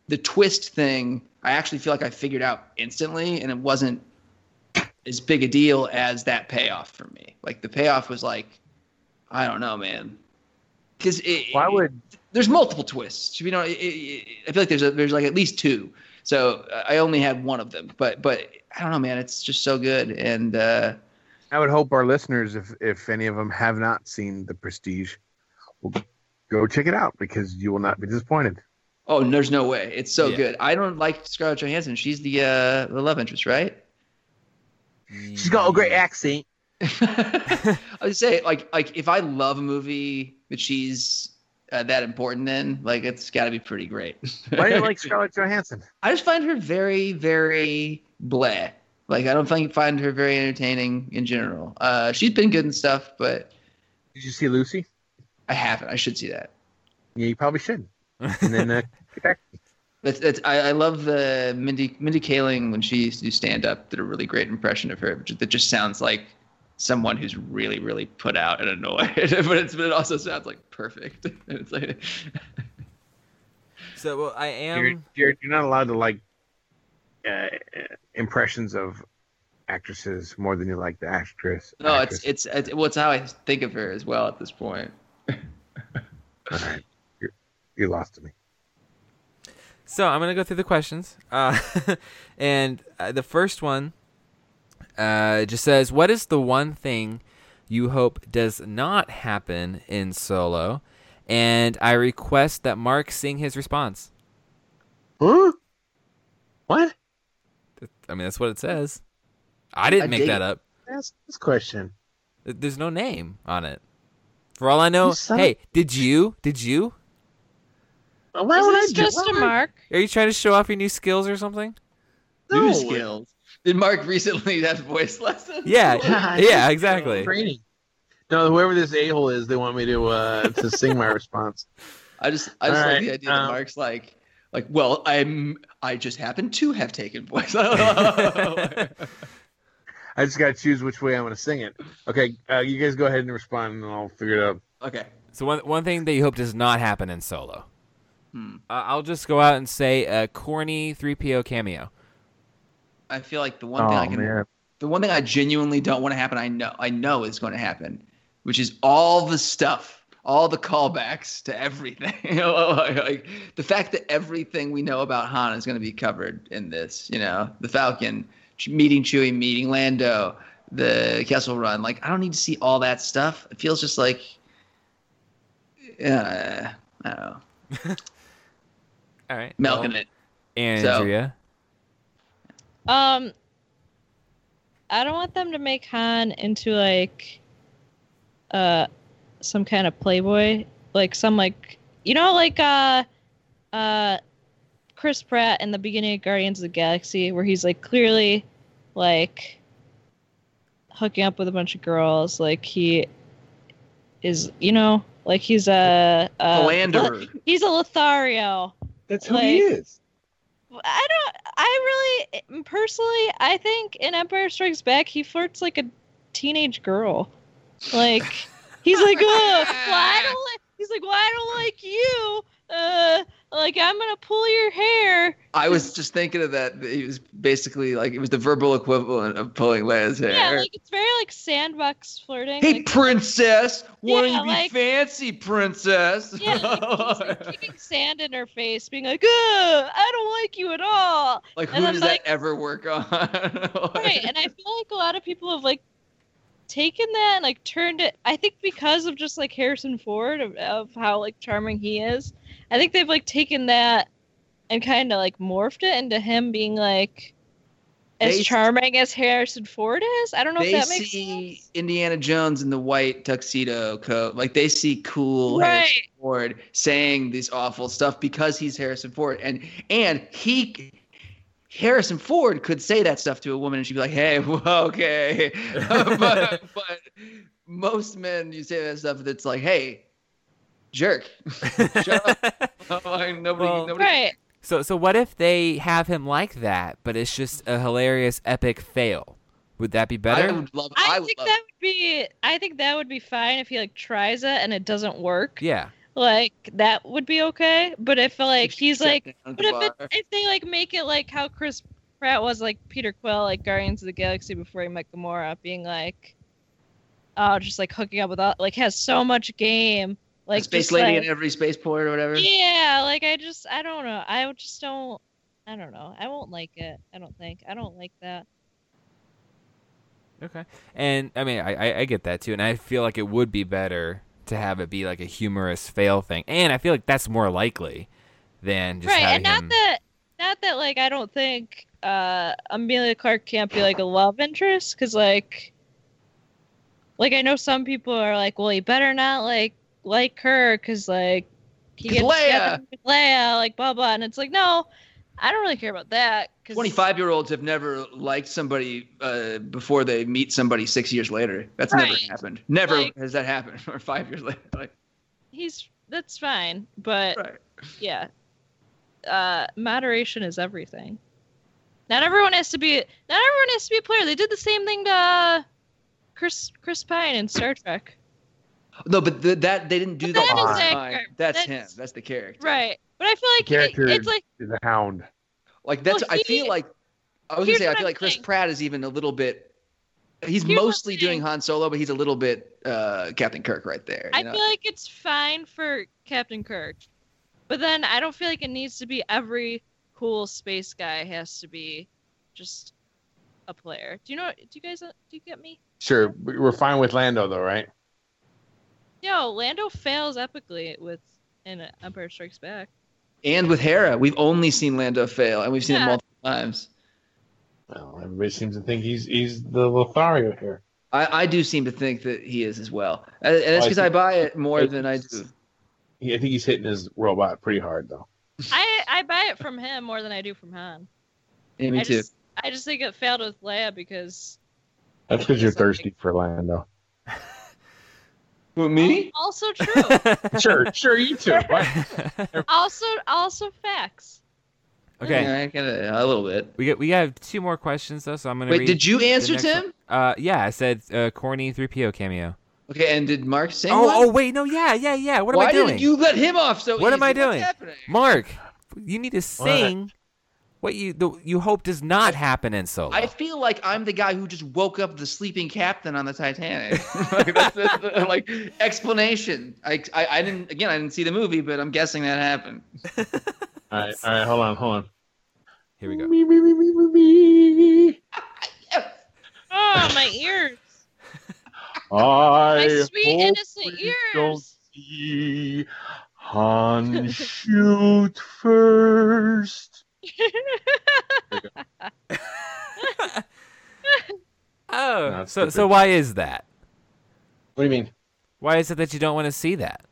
the twist thing I actually feel like I figured out instantly, and it wasn't as big a deal as that payoff for me. Like the payoff was like, I don't know, man, because Why would there's multiple twists. You know, it, it, I feel like there's a, there's like at least two. So uh, I only had one of them, but but I don't know, man. It's just so good, and uh, I would hope our listeners, if if any of them have not seen The Prestige, will go check it out because you will not be disappointed. oh, and there's no way it's so Yeah. good. I don't like Scarlett Johansson. She's the uh, the love interest, right? She's got a Mm-hmm. great accent. I would say like like if I love a movie that she's uh, that important in, like it's got to be pretty great. Why do you like Scarlett Johansson? I just find her very very bleh. Like I don't find find her very entertaining in general. Uh, she's been good and stuff, but Did you see Lucy? I haven't. I should see that. Yeah, you probably should. And then uh, get back. That's, that's I, I love the Mindy Mindy Kaling when she used to do stand up did a really great impression of her which- that just sounds like someone who's really really put out and annoyed but it's but it also sounds like perfect it's like So well, I Jared, Um, am. Jared, you're not allowed to like uh, impressions of actresses more than you like the actress. no it's actress. it's it's well it's how I think of her as well at this point All right. You're- you lost to me. So I'm gonna go through the questions, uh, and uh, the first one uh, just says, "What is the one thing you hope does not happen in Solo?" And I request that Mark sing his response. Huh? What? I mean, that's what it says. I didn't I make dig that it. up. Ask this question. Th- There's no name on it. For all I know, You son of- hey, did you? Did you? Why would I Is this do- just why a would I- mark? Are you trying to show off your new skills or something? new No. skills did Mark recently have voice lessons Yeah, yeah, exactly. Training. No, whoever this a hole is, they want me to uh, to sing my response. I just I just All like right, the idea that um, Mark's like like well I'm I just happen to have taken voice. I just got to choose which way I'm going to sing it. Okay, uh, you guys go ahead and respond, and I'll figure it out. okay. So one one thing that you hope does not happen in solo. Hmm. Uh, I'll just go out and say a corny 3PO cameo. I feel like the one thing Oh, I can the one thing I genuinely don't want to happen, I know I know is going to happen, which is all the stuff, all the callbacks to everything. like the fact that everything we know about Han is going to be covered in this. You know, the Falcon ch- meeting Chewie, meeting Lando, the Kessel Run. Like I don't need to see all that stuff. It feels just like, uh, I don't know, All right. milking Well, it. Andrea. Um, I don't want them to make Han into like, uh, some kind of playboy, like some like you know like uh, uh, Chris Pratt in the beginning of Guardians of the Galaxy, where he's like clearly, like, hooking up with a bunch of girls, like he is, you know, like he's a, a Philanderer. He's a Lothario. That's who he like- is. I don't. I really, eh, personally, I think in Empire Strikes Back, he flirts like a teenage girl. Like he's like, oh, well, I don't like. He's like, well, I don't like you. Uh, like I'm gonna pull your hair. I was just thinking of that. that He was basically like it was the verbal equivalent of pulling Leia's hair. Yeah, like it's very like sandbox flirting. Hey, like, princess! Why don't Yeah, you be like- fancy, princess? yeah, like, he's, like, kicking sand in her face, being like, "Ugh, I don't like you at all." Like, who and I'm does like- that ever work on? right and i feel like a lot of people have like taken that and like turned it i think because of just like harrison ford of, of how like charming he is i think they've like taken that and kind of like morphed it into him being like as They- charming as harrison ford is i don't know they if that makes see sense Indiana Jones in the white tuxedo coat. Like they see cool Harrison Right. Ford saying this awful stuff because he's Harrison Ford, and and he. Harrison Ford could say that stuff to a woman and she'd be like, hey, whoa, okay. but, but most men, you say that stuff that's like, hey, jerk. Shut nobody, Well- nobody right so so what if they have him like that, but it's just a hilarious epic fail? Would that be better? I would love. i, I, would think love. that would be i think that would be fine if he like tries it and it doesn't work yeah. like that would be okay but if like he's Shut like down But the if, it, bar. if they like make it like how Chris Pratt was like Peter Quill, like Guardians of the Galaxy before he met Gamora, being like, oh, just like hooking up with all, like has so much game, A like space just, lady like- in every spaceport or whatever. yeah, like I just I don't know, I would just don't, I don't know, I won't like it. I don't think I don't like that. Okay. And I mean, I, I I get that too, and I feel like it would be better to have it be like a humorous fail thing, and I feel like that's more likely than just right, having and not him. that not that like I don't think uh Amelia Clark can't be like a love interest because like like I know some people are like, well, you better not like like her because like he It's gets Leia. together with Leia, like blah blah, and it's like no, I don't really care about that because Twenty-five-year-olds have never liked somebody uh, before they meet somebody six years later. That's never Right. happened. Never Like- has that happened. or five years later. Like, he's that's fine, but right. yeah, uh, moderation is everything. Not everyone has to be. Not everyone has to be a player. They did the same thing to uh, Chris Chris Pine in Star Trek. No, but th- that they didn't do But that. that last is time. accurate. That's, him. That's- That's the character. Right. But I feel like The it- character- it's like The hound. Like that's. Well, I feel he- like. I was gonna here's say. I what feel I'm like Chris saying. Pratt is even a little bit. He's Here's what I'm mostly doing saying. Han Solo, but he's a little bit uh, Captain Kirk right there. you I know? feel like it's fine for Captain Kirk. But then I don't feel like it needs to be every cool space guy has to be just a player. Do you know do you guys uh, do you get me? Sure, we- we're fine with Lando though, right? No, Lando fails epically with in Empire Strikes Back. And with Hera, we've only seen Lando fail, and we've seen it Yeah. multiple times. Well, everybody seems to think he's he's the Lothario here. I, I do seem to think that he is as well, Uh, and, and Well, that's I because I think- buy it more I- than I do. Yeah, I think he's hitting his robot pretty hard though. I I buy it from him more than I do from Han. Yeah, me I too. just I just think it failed with Leia because That's because you're Something. thirsty for Lando. Well, me? Also true. Sure, sure, you too. What? also also facts. okay. Yeah, I got a, a little bit. We got we got two more questions though, so I'm gonna Wait, read did you answer next Tim? Uh, yeah, I said uh, corny 3PO cameo. Okay, and did Mark sing? Oh, one? oh, wait, no, yeah, yeah, yeah. What am Why I doing? did you let him off so What am easy? I What's doing? happening? Mark, you need to sing what you the, you hope does not happen in solo. I feel like I'm the guy who just woke up the sleeping captain on the Titanic. like, that's, that's the, like explanation. I, I I didn't again. I didn't see the movie, but I'm guessing that happened. All right, all right, hold on, hold on. Here we go. Me, me, me, me, me, me. Oh my ears. I My sweet hope innocent we Don't ears. see Han shoot first. Oh, No, it's so stupid. so why is that? What do you mean? Why is it that you don't want to see that?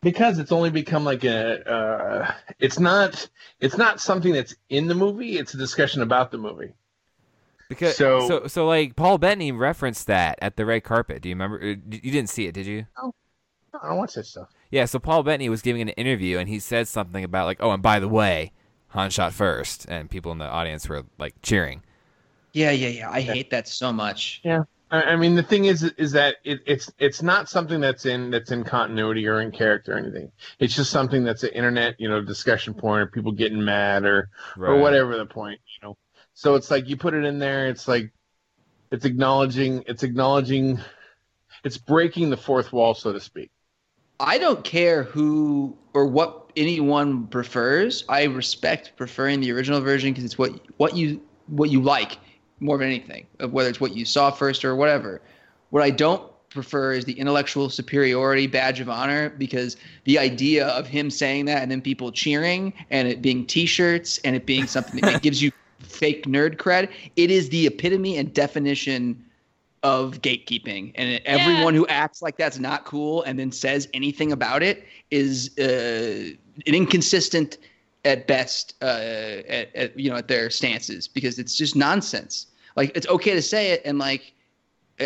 because it's only become like a uh, it's not it's not something that's in the movie it's a discussion about the movie Because so So- so, like Paul Bettany referenced that at the red carpet. Do you remember? uh, d- You didn't see it, did you? i don't watch that stuff Yeah. So Paul Bettany was giving an interview and he said something about like, oh, and by the way, Han shot first, and people in the audience were like cheering. Yeah, yeah, yeah. I hate that so much. i, I mean the thing is is that it, it's it's not something that's in that's in continuity or in character or anything it's just something that's an internet you know discussion point or people getting mad or Right. or whatever the point you know so it's like you put it in there it's like it's acknowledging it's acknowledging it's breaking the fourth wall so to speak I don't care who or what anyone prefers. I respect preferring the original version because it's what what you what you like more than anything, of whether it's what you saw first or whatever. What I don't prefer is the intellectual superiority badge of honor because the idea of him saying that and then people cheering and it being t-shirts and it being something that gives you fake nerd cred, it is the epitome and definition of gatekeeping and everyone who acts like that's not cool and then says anything about it is uh, an inconsistent at best uh, at, at you know at their stances because it's just nonsense like it's okay to say it and like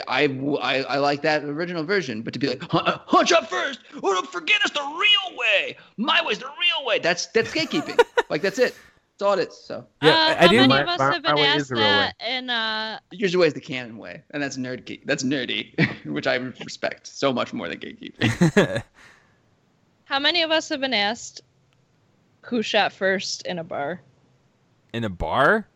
I, I, I like that original version, but to be like "Hun- hunch up first, or don't forget it's the real way. My way's the real way. That's that's gatekeeping. like that's it. That's all it is. So Yeah, uh, I- I how do- many My- of us my- have my been way is asked the real way. that in uh Yours away is the canon way, and that's nerd. geek- That's nerdy, which I respect so much more than gatekeeping. how many of us have been asked who shot first in a bar? in a bar?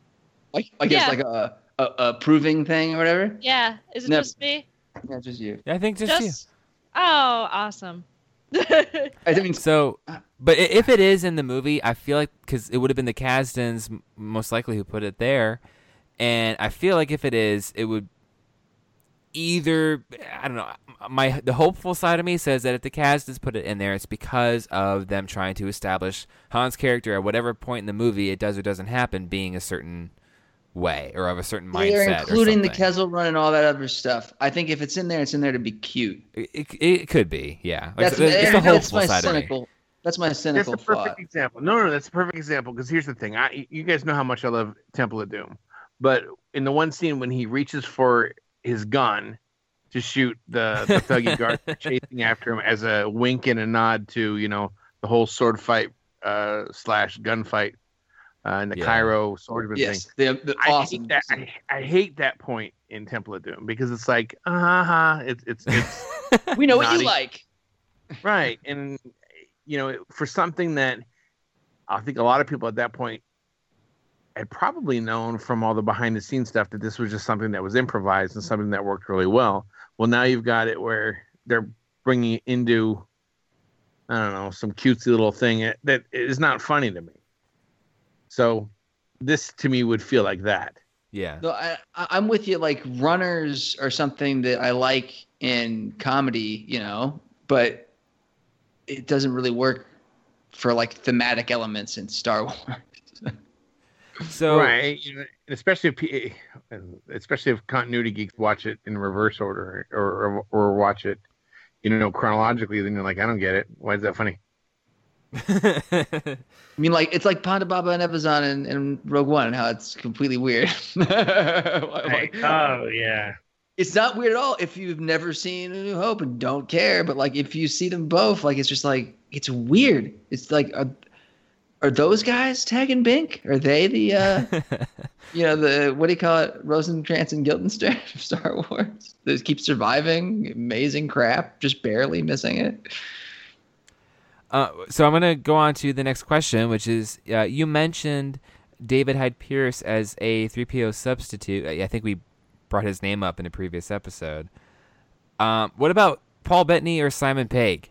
Like, like it's Yeah. like a, a a proving thing or whatever. Yeah, is it Never. just me? Yeah, just you. I think just, you. Just Oh, awesome. yeah, I mean, So, Uh, but i- if it is in the movie, I feel like because it would have been the Kasdans m- most likely who put it there, and I feel like if it is, it would either I don't know. My the hopeful side of me says that if the Kasdans put it in there, it's because of them trying to establish Han's character at whatever point in the movie it does or doesn't happen being a certain way or of a certain mindset. they're or including the something. Kessel Run and all that other stuff. I think if it's in there, it's in there to be cute. It, it, it could be, yeah. Like, it's That's, the that's hopeful my side of me. cynical. That's my That's cynical a perfect thought. example. No, no, that's a perfect example. Because here's the thing: I, you guys know how much I love Temple of Doom, but in the one scene when he reaches for his gun to shoot the, the thuggy guard chasing after him as a wink and a nod to you know the whole sword fight uh, slash gunfight uh, in the Yeah. Cairo swordsman thing. Yes, the, the I hate awesome. that. I, I hate that point in Temple of Doom because it's like, uh huh, it's it's it's We know what Naughty. you like. right and you know for something that i think a lot of people at that point had probably known from all the behind the scenes stuff that this was just something that was improvised and something that worked really well well now you've got it where they're bringing it into i don't know some cutesy little thing that is not funny to me so this to me would feel like that yeah. No, I, I- I'm with you. Like runners are something that I like in comedy, you know, but it doesn't really work for like thematic elements in Star Wars. So right you know, and especially if P- and especially if continuity geeks watch it in reverse order or, or or watch it you know chronologically then you're like i don't get it why is that funny I mean, like it's like Ponda Baba and Ebazan and, and Rogue One, and how it's completely weird. Like, oh yeah it's not weird at all if you've never seen A New Hope and don't care. But like if you see them both, like it's just like it's weird. It's like are, are those guys Tag and Bink? Are they the uh, you know the what do you call it Rosencrantz and Guildenstern of Star Wars? They keep surviving amazing crap, just barely missing it. Uh, so I'm gonna go on to the next question, which is uh, you mentioned David Hyde Pierce as a 3PO substitute. I I think we brought his name up in a previous episode. Um, what about Paul Bettany or Simon Pegg?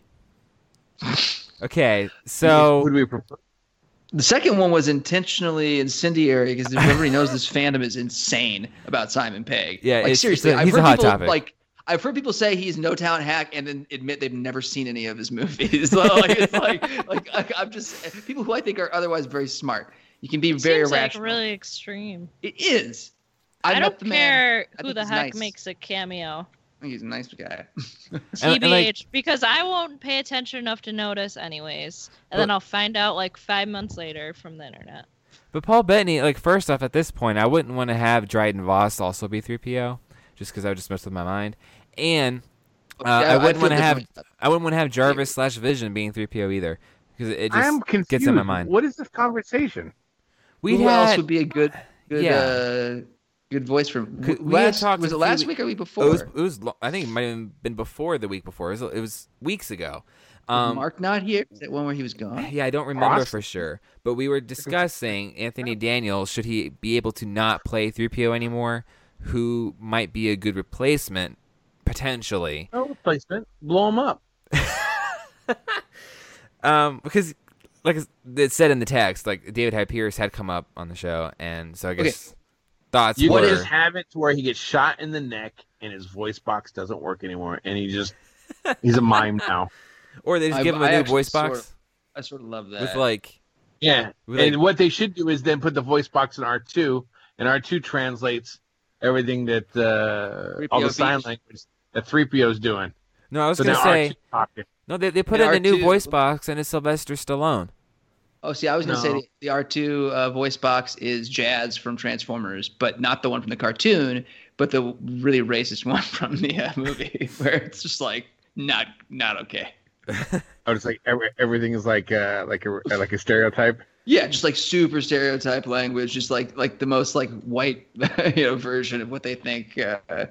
Okay, Would so we prefer? The second one was intentionally incendiary because everybody knows this fandom is insane about Simon Pegg. Yeah, like it's- seriously, it's a- I've he's a heard hot people topic. like I've heard people say he's no talent hack and then admit they've never seen any of his movies. So, like, it's like, like I, I'm just people who I think are otherwise very smart. You can be very Seems like rational. really extreme. It is. I, I, don't met the man. care I who think the he's heck nice. makes a cameo. I think he's a nice guy. And- TBH, and, like- because I won't pay attention enough to notice, anyways. And then But- I'll find out like five months later from the internet. but Paul Bettany, like first off, at this point, I wouldn't want to have Dryden Voss also be 3PO, just because I would just mess with my mind. And uh, Yeah, I wouldn't feel want to have differently. I wouldn't want to have Jarvis slash Vision being 3PO either, because it just I'm confused. gets in my mind. What is this conversation? we who had else would be a good, good, Yeah. uh, good voice from? Could- we had last, talked was a it few last we- week or it week before? was, it was lo- I think it might have been before the week before. It was, it was weeks ago. Um, Mark not here? Is that one where he was gone? Yeah, I don't remember Austin. for sure, but we were discussing Anthony Daniels. Should he be able to not play 3PO anymore? Who might be a good replacement potentially? No replacement. Blow him up. Um, because like it said in the text, like David Hyde Pierce had come up on the show, and so I guess thoughts You were just have it to where he gets shot in the neck and his voice box doesn't work anymore, and he just he's a mime now. or they just I- give him I a new actually voice sort box I sort of love that. with like Yeah, with and like what they should do is then put the voice box in R two, and R two translates everything that uh, all 3PO the sign beach. language that three PO is doing. no, I was So gonna now say R two talking. no. They, they put And in a new R2 voice box, and it's Sylvester Stallone. oh, see, I was gonna No. say the, the R2 uh, voice box is Jazz from Transformers, but not the one from the cartoon, but the really racist one from the uh, movie, where it's just like not not okay. Oh, it's like every, everything is like uh, like a like a stereotype. Yeah, just like super stereotype language, just like like the most like white you know version of what they think uh, uh,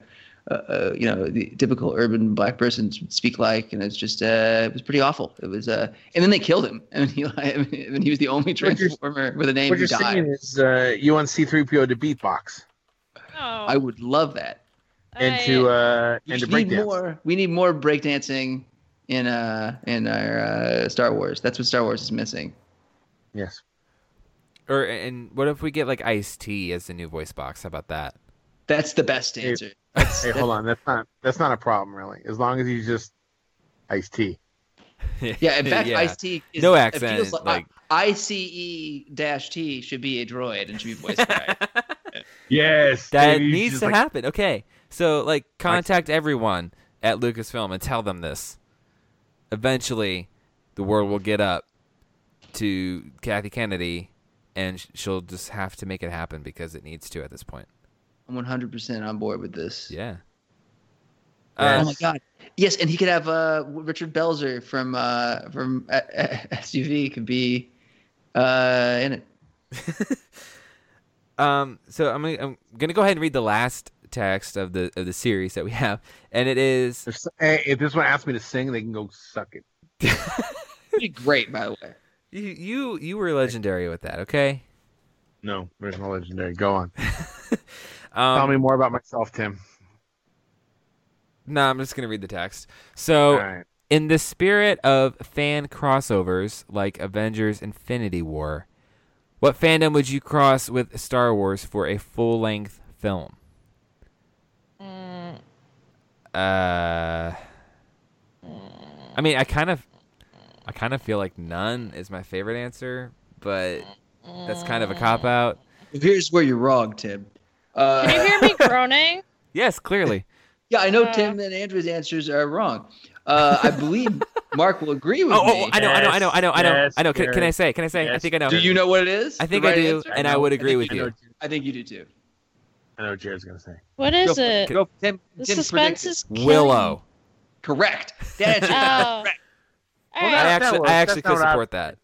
uh, you know the typical urban black person would speak like, and it's just uh, it was pretty awful. It was uh, and then they killed him, and he like, and he was the only you're- transformer with a name what who you're died. saying is uh, you want C three PO to beatbox Oh, I would love that. and to uh, We and to just need breakdance. more. We need more breakdancing in uh in our uh, Star Wars. That's what Star Wars is missing. Yes. Or and what if we get like Ice T as the new voice box? How about that? That's the best Hey, answer. Hey, hold on. That's not that's not a problem really. As long as he's just iced tea. Yeah, in fact, Ice T is No it accent, feels like- ICE E T should be a droid and should be voiced by. Yes. that maybe he's needs just to like- happen. Okay, so like contact everyone at Lucasfilm and tell them this. Eventually, the world will get up to Kathy Kennedy, and sh- she'll just have to make it happen because it needs to at this point. I'm 100 percent on board with this. Yeah. Oh Uh, my god. Yes, and he could have uh, Richard Belzer from uh, from uh, SUV could be uh, in it. Um, so I'm gonna, I'm gonna go ahead and read the last text of the of the series that we have, and it is If, hey, if this one asks me to sing, they can go suck it. Pretty great, by the way. you you, you were legendary with that. Okay. No, there's no legendary. Go on. Um, Tell me more about myself, Tim. No, I'm just gonna read the text. So, All right. in the spirit of fan crossovers like Avengers: Infinity War, what fandom would you cross with Star Wars for a full-length film? Mm, Uh, I mean, I kind of, I kind of feel like none is my favorite answer, but mm. that's kind of a cop out. Here's where you're wrong, Tim. Uh, can you hear me groaning? Yes, clearly. yeah, I know, Uh. Tim, that Andrew's answers are wrong. Uh, I believe Mark will agree with Oh, oh, me. I know, I know, I know, I know, I know, Yes, I know. Can, yes, can I say? Can I say? I yes. think I know. do you know what it is? I The think I right do, answer? and I would agree with you. I think you do too. I know what Jared's gonna say. What is for it? Go, Tim, The Tim's suspense predicted. is killing Willow. Correct. That's me. Oh. correct. I Well, All right. that- actually, was- I that's actually not could what I- support that.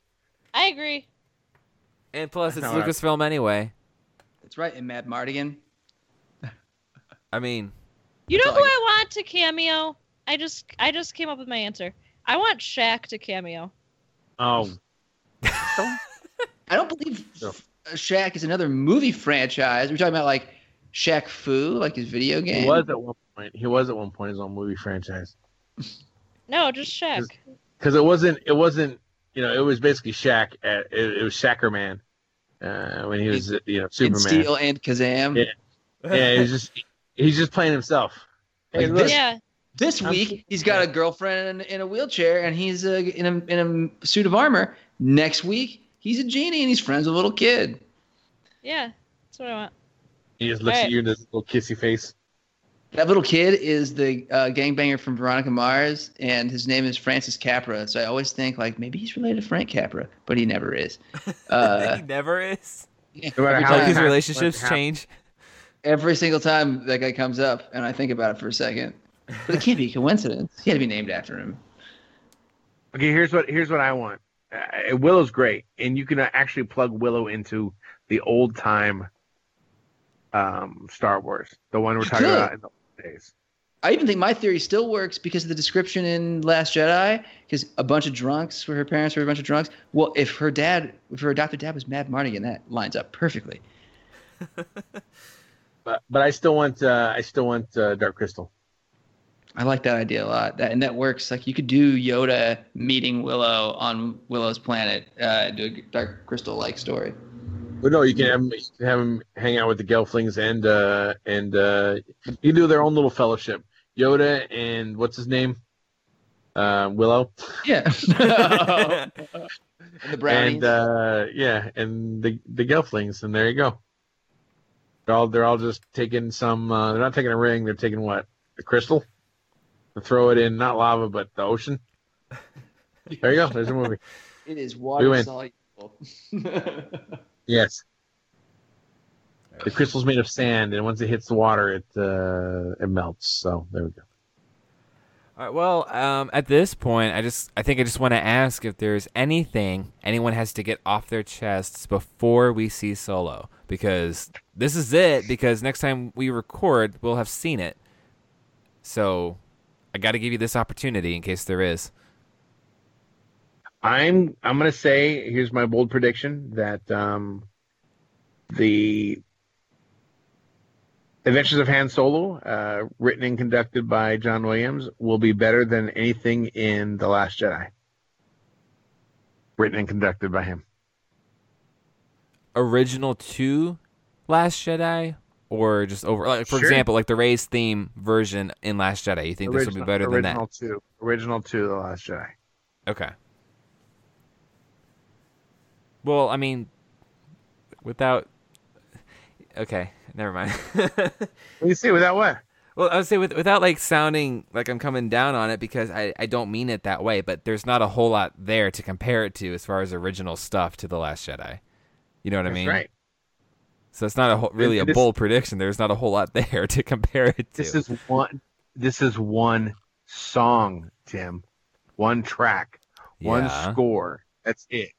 I agree. And plus, it's That's not what I- Lucasfilm anyway. That's right. And Matt Mardigan. I mean, You know That's who all I I want to cameo? I just I just came up with my answer. I want Shaq to cameo. Oh, I don't believe uh, No. Shaq is another movie franchise. We're talking about like Shaq Fu, like his video game. he was at one point. He was at one point his own movie franchise No, just Shaq. Just- because it wasn't. It wasn't. You know, it was basically Shaq. At, it, it was Shackerman uh, when he was, you know, and Superman. Steel and Kazam. Yeah. Yeah, he's just he's just playing himself. Hey, Like, look. this- Yeah. This I'm- week he's got a girlfriend in, in a wheelchair and he's uh, in a in a suit of armor. Next week he's a genie and he's friends with a little kid. Yeah. That's what I want. He just looks Right. at you in his little kissy face. That little kid is the uh, gangbanger from Veronica Mars, and his name is Francis Capra. So I always think like maybe he's related to Frank Capra, but he never is. Uh, he never is. yeah, No matter every, how- Like time- his happened- relationships what happened? change. every single time that guy comes up, and I think about it for a second, but it can't be a coincidence. He had to be named after him. Okay, here's what here's what I want. Uh, Willow's great, and you can uh, actually plug Willow into the old time um, Star Wars, the one we're You talking could. about in the old days. I even think my theory still works because of the description in Last Jedi, because a bunch of drunks, where her parents were a bunch of drunks. Well, if her dad, if her adopted dad was Mad Mardigan, that lines up perfectly. But but I still want uh, I still want uh, Dark Crystal. I like that idea a lot. That and that works. Like you could do Yoda meeting Willow on Willow's planet, uh, do a Dark Crystal like story. But no, you can have him, you can have him hang out with the Gelflings and uh, and uh, you can do their own little fellowship. Yoda and what's his name, uh, Willow, Yeah. and the brownies. and uh, yeah, and the the Gelflings, and there you go. They're all they're all just taking some. Uh, they're not taking a ring. They're taking what a crystal, and throw it in not lava but the ocean. There you go. There's a movie. it is We water win. soluble. Yes. The crystal's made of sand, and once it hits the water, it uh, it melts. So there we go. All right, well, um, at this point, I just I think I just want to ask if there's anything anyone has to get off their chests before we see Solo, because this is it. Because next time we record, we'll have seen it. So, I got to give you this opportunity in case there is. I'm I'm gonna say here's my bold prediction that um, the Adventures of Han Solo, uh, written and conducted by John Williams, will be better than anything in The Last Jedi. Written and conducted by him. Original to Last Jedi, or just over, like, for Sure. example, like the Ray's theme version in Last Jedi. You think this will be better than original two, original two, The Last Jedi. that? Okay. Well, I mean, without. Okay, never mind. What do you see with that what? well, I would say with, without like sounding like I'm coming down on it because I, I don't mean it that way, but there's not a whole lot there to compare it to as far as original stuff to The Last Jedi. You know what I That's mean? right. So it's not a whole, really a This- bold prediction. There's not a whole lot there to compare it to. This is one. This is one song, Tim. One track. one Yeah. score. That's it.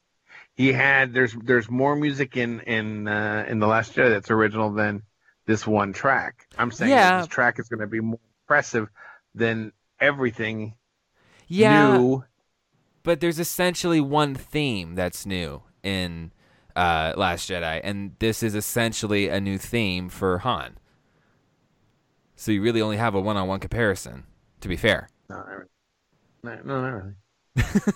He had there's there's more music in in uh, in the last Jedi that's original than this one track. I'm saying that Yeah. this track is going to be more impressive than everything Yeah, new. but there's essentially one theme that's new in uh, Last Jedi, and this is essentially a new theme for Han. So you really only have a one-on-one comparison. To be fair. No, not really. No, no, not really.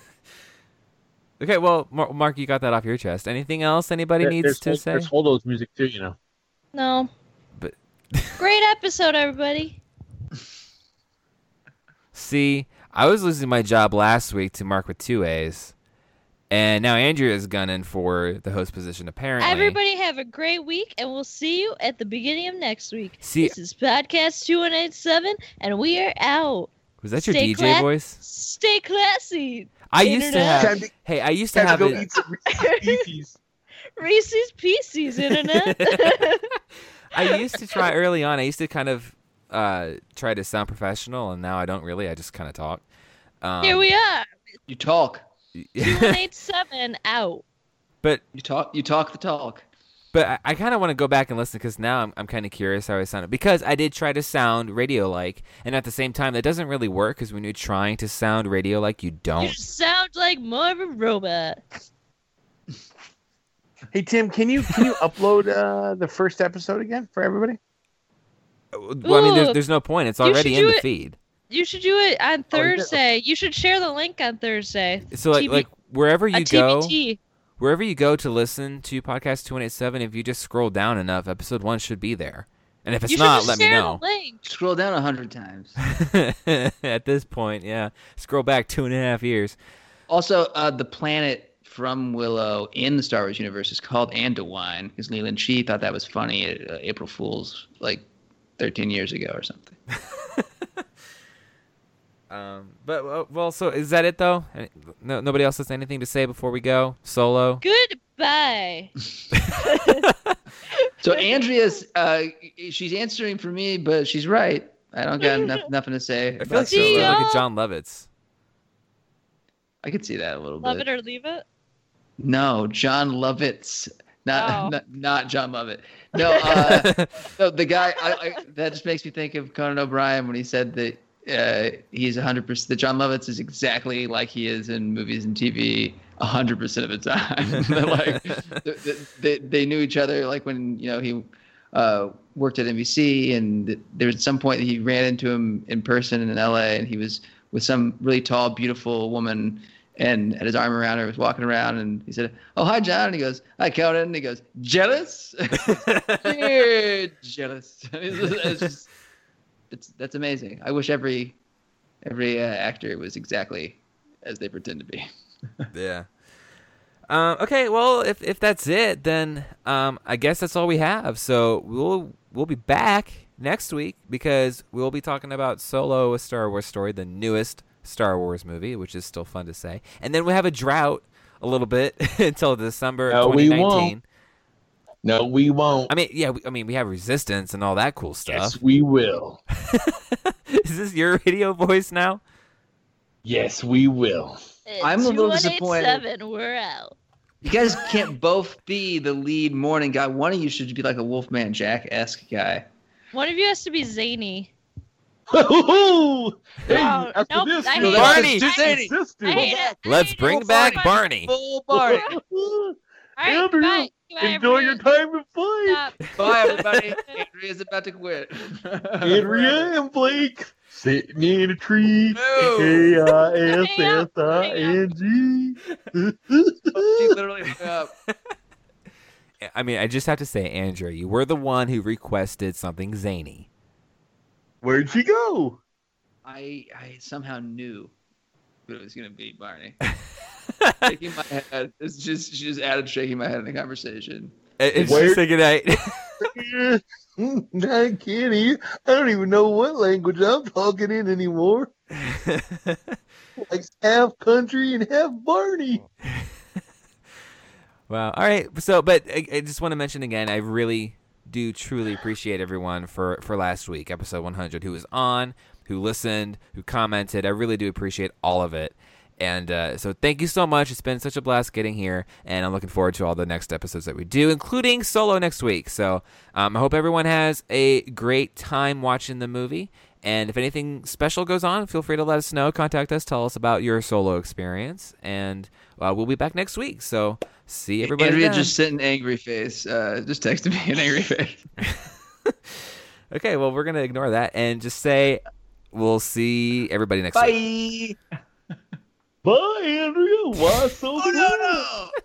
Okay, well, Mar- Mark, you got that off your chest. Anything else anybody There- needs there's, to Hol- say? There's Holdo's music too, you know. No. But- Great episode, everybody. See, I was losing my job last week to Mark with two A's, and now Andrea is gunning for the host position. Apparently, Everybody have a great week, and we'll see you at the beginning of next week. See- this is Podcast 2187, and we are out. was that your Stay DJ class- voice? Stay classy. I used to Internet. have. Time to- Hey, I used to Time to have go it. eat some Reese's Pieces. Reese's Pieces, Internet. I used to try early on. I used to kind of uh, try to sound professional, and now I don't really. I just kind of talk. Um, Here we are. You talk. we. 187 out. but You talk. You talk the talk. But I, I kind of want to go back and listen because now I'm, I'm kind of curious how I sounded because I did try to sound radio like, and at the same time that doesn't really work because when you're trying to sound radio like, you You don't. sound like more of a robot. Hey Tim, can you can you upload uh, the first episode again for everybody? Well, I mean, there's, Ooh. there's no point. It's You should already in do the it- feed. You should do it on Oh, yeah. Thursday. You should share the link on Thursday. So like, TB like wherever a you go, TBT. wherever you go to listen to podcast 287, if you just scroll down enough, episode one should be there. And if it's you should not, just let me share know. the link. Scroll down a hundred times. at this point, yeah, scroll back two and a half years. Also, uh, the planet from Willow in the Star Wars universe is called Anduin because Leland Shee thought that was funny. At, uh, April Fools, like 13 years ago or something. Um, but well- well, so is that it though? Any- No, nobody else has anything to say before we go solo. Goodbye. So Andrea's, uh, she's answering for me, but she's right. I don't got enough, nothing to say. I feel like uh, about she See looks Willow. ya. like a John Lovitz. I could see that a little Love bit. it or leave it. No, John Lovitz. Not, Oh. not not John Lovett. No, uh, no the guy. I, I, that just makes me think of Conan O'Brien when he said that uh, he's 100. percent That John Lovitz is exactly like he is in movies and TV 100 percent of the time. They're like they, they, they knew each other. Like when you know he uh, worked at NBC, and there was some point he ran into him in person in LA, and he was with some really tall, beautiful woman, and had his arm around her, was walking around, and he said, "Oh, hi, John," and he goes, "Hi, Conan," and he goes, "Jealous, yeah, jealous." it's just, it's, that's amazing. I wish every every uh, actor was exactly as they pretend to be. yeah. Um, okay, well, if if that's it, then um, I guess that's all we have. So we'll we'll be back next week because we'll be talking about Solo: A Star Wars Story, the newest Star Wars movie, which is still fun to say. And then we will have a drought a little bit until December of No, we 2019. won't. No, we won't. I mean, yeah, we, I mean, we have Resistance and all that cool yes, stuff. we will. is this your radio voice now? Yes, we will. I'm a little disappointed. 2187, We're out. You guys can't both be the lead morning guy. One of you should be like a Wolfman Jack esque guy. One of you has to be zany. hey, No, after nope, this, I we'll hate have it. Barney! to stick to I hate it. I Let's hate it. bring Full back Barney. Barney. Full party. sisters. All right, Amber, bye. Goodbye, Enjoy your everyone. time in flight. Stop. Bye, everybody. Andrea's about to quit. Andrea and Blake sitting in a tree. No. K-I-S-S-I-N-G. She literally uh, hung up. I mean, I just have to say, Andrew, you were the one who requested something zany. Where'd she go? I, I somehow knew what it was going to be, Barney. shaking my head. It's just, she just added shaking my head in the conversation. It's Where- just a good night. I can't even, I don't even know what language I'm talking in anymore. Like half country and half Barney. wow. All right. So, but I, I just want to mention again, I really do truly appreciate everyone for for last week, episode 100, who was on, who listened, who commented. I really do appreciate all of it. And uh, so, thank you so much. It's been such a blast getting here, and I'm looking forward to all the next episodes that we do, including solo next week. So, um, I hope everyone has a great time watching the movie. And if anything special goes on, feel free to let us know. Contact us. Tell us about your solo experience, and uh, we'll be back next week. So, see everybody. Andrea then. just sent an angry face. Uh, just texted me an angry face. Okay, well, we're going to ignore that and just say we'll see everybody next week. Bye. Bye, Andrea. Why so Oh, no, no.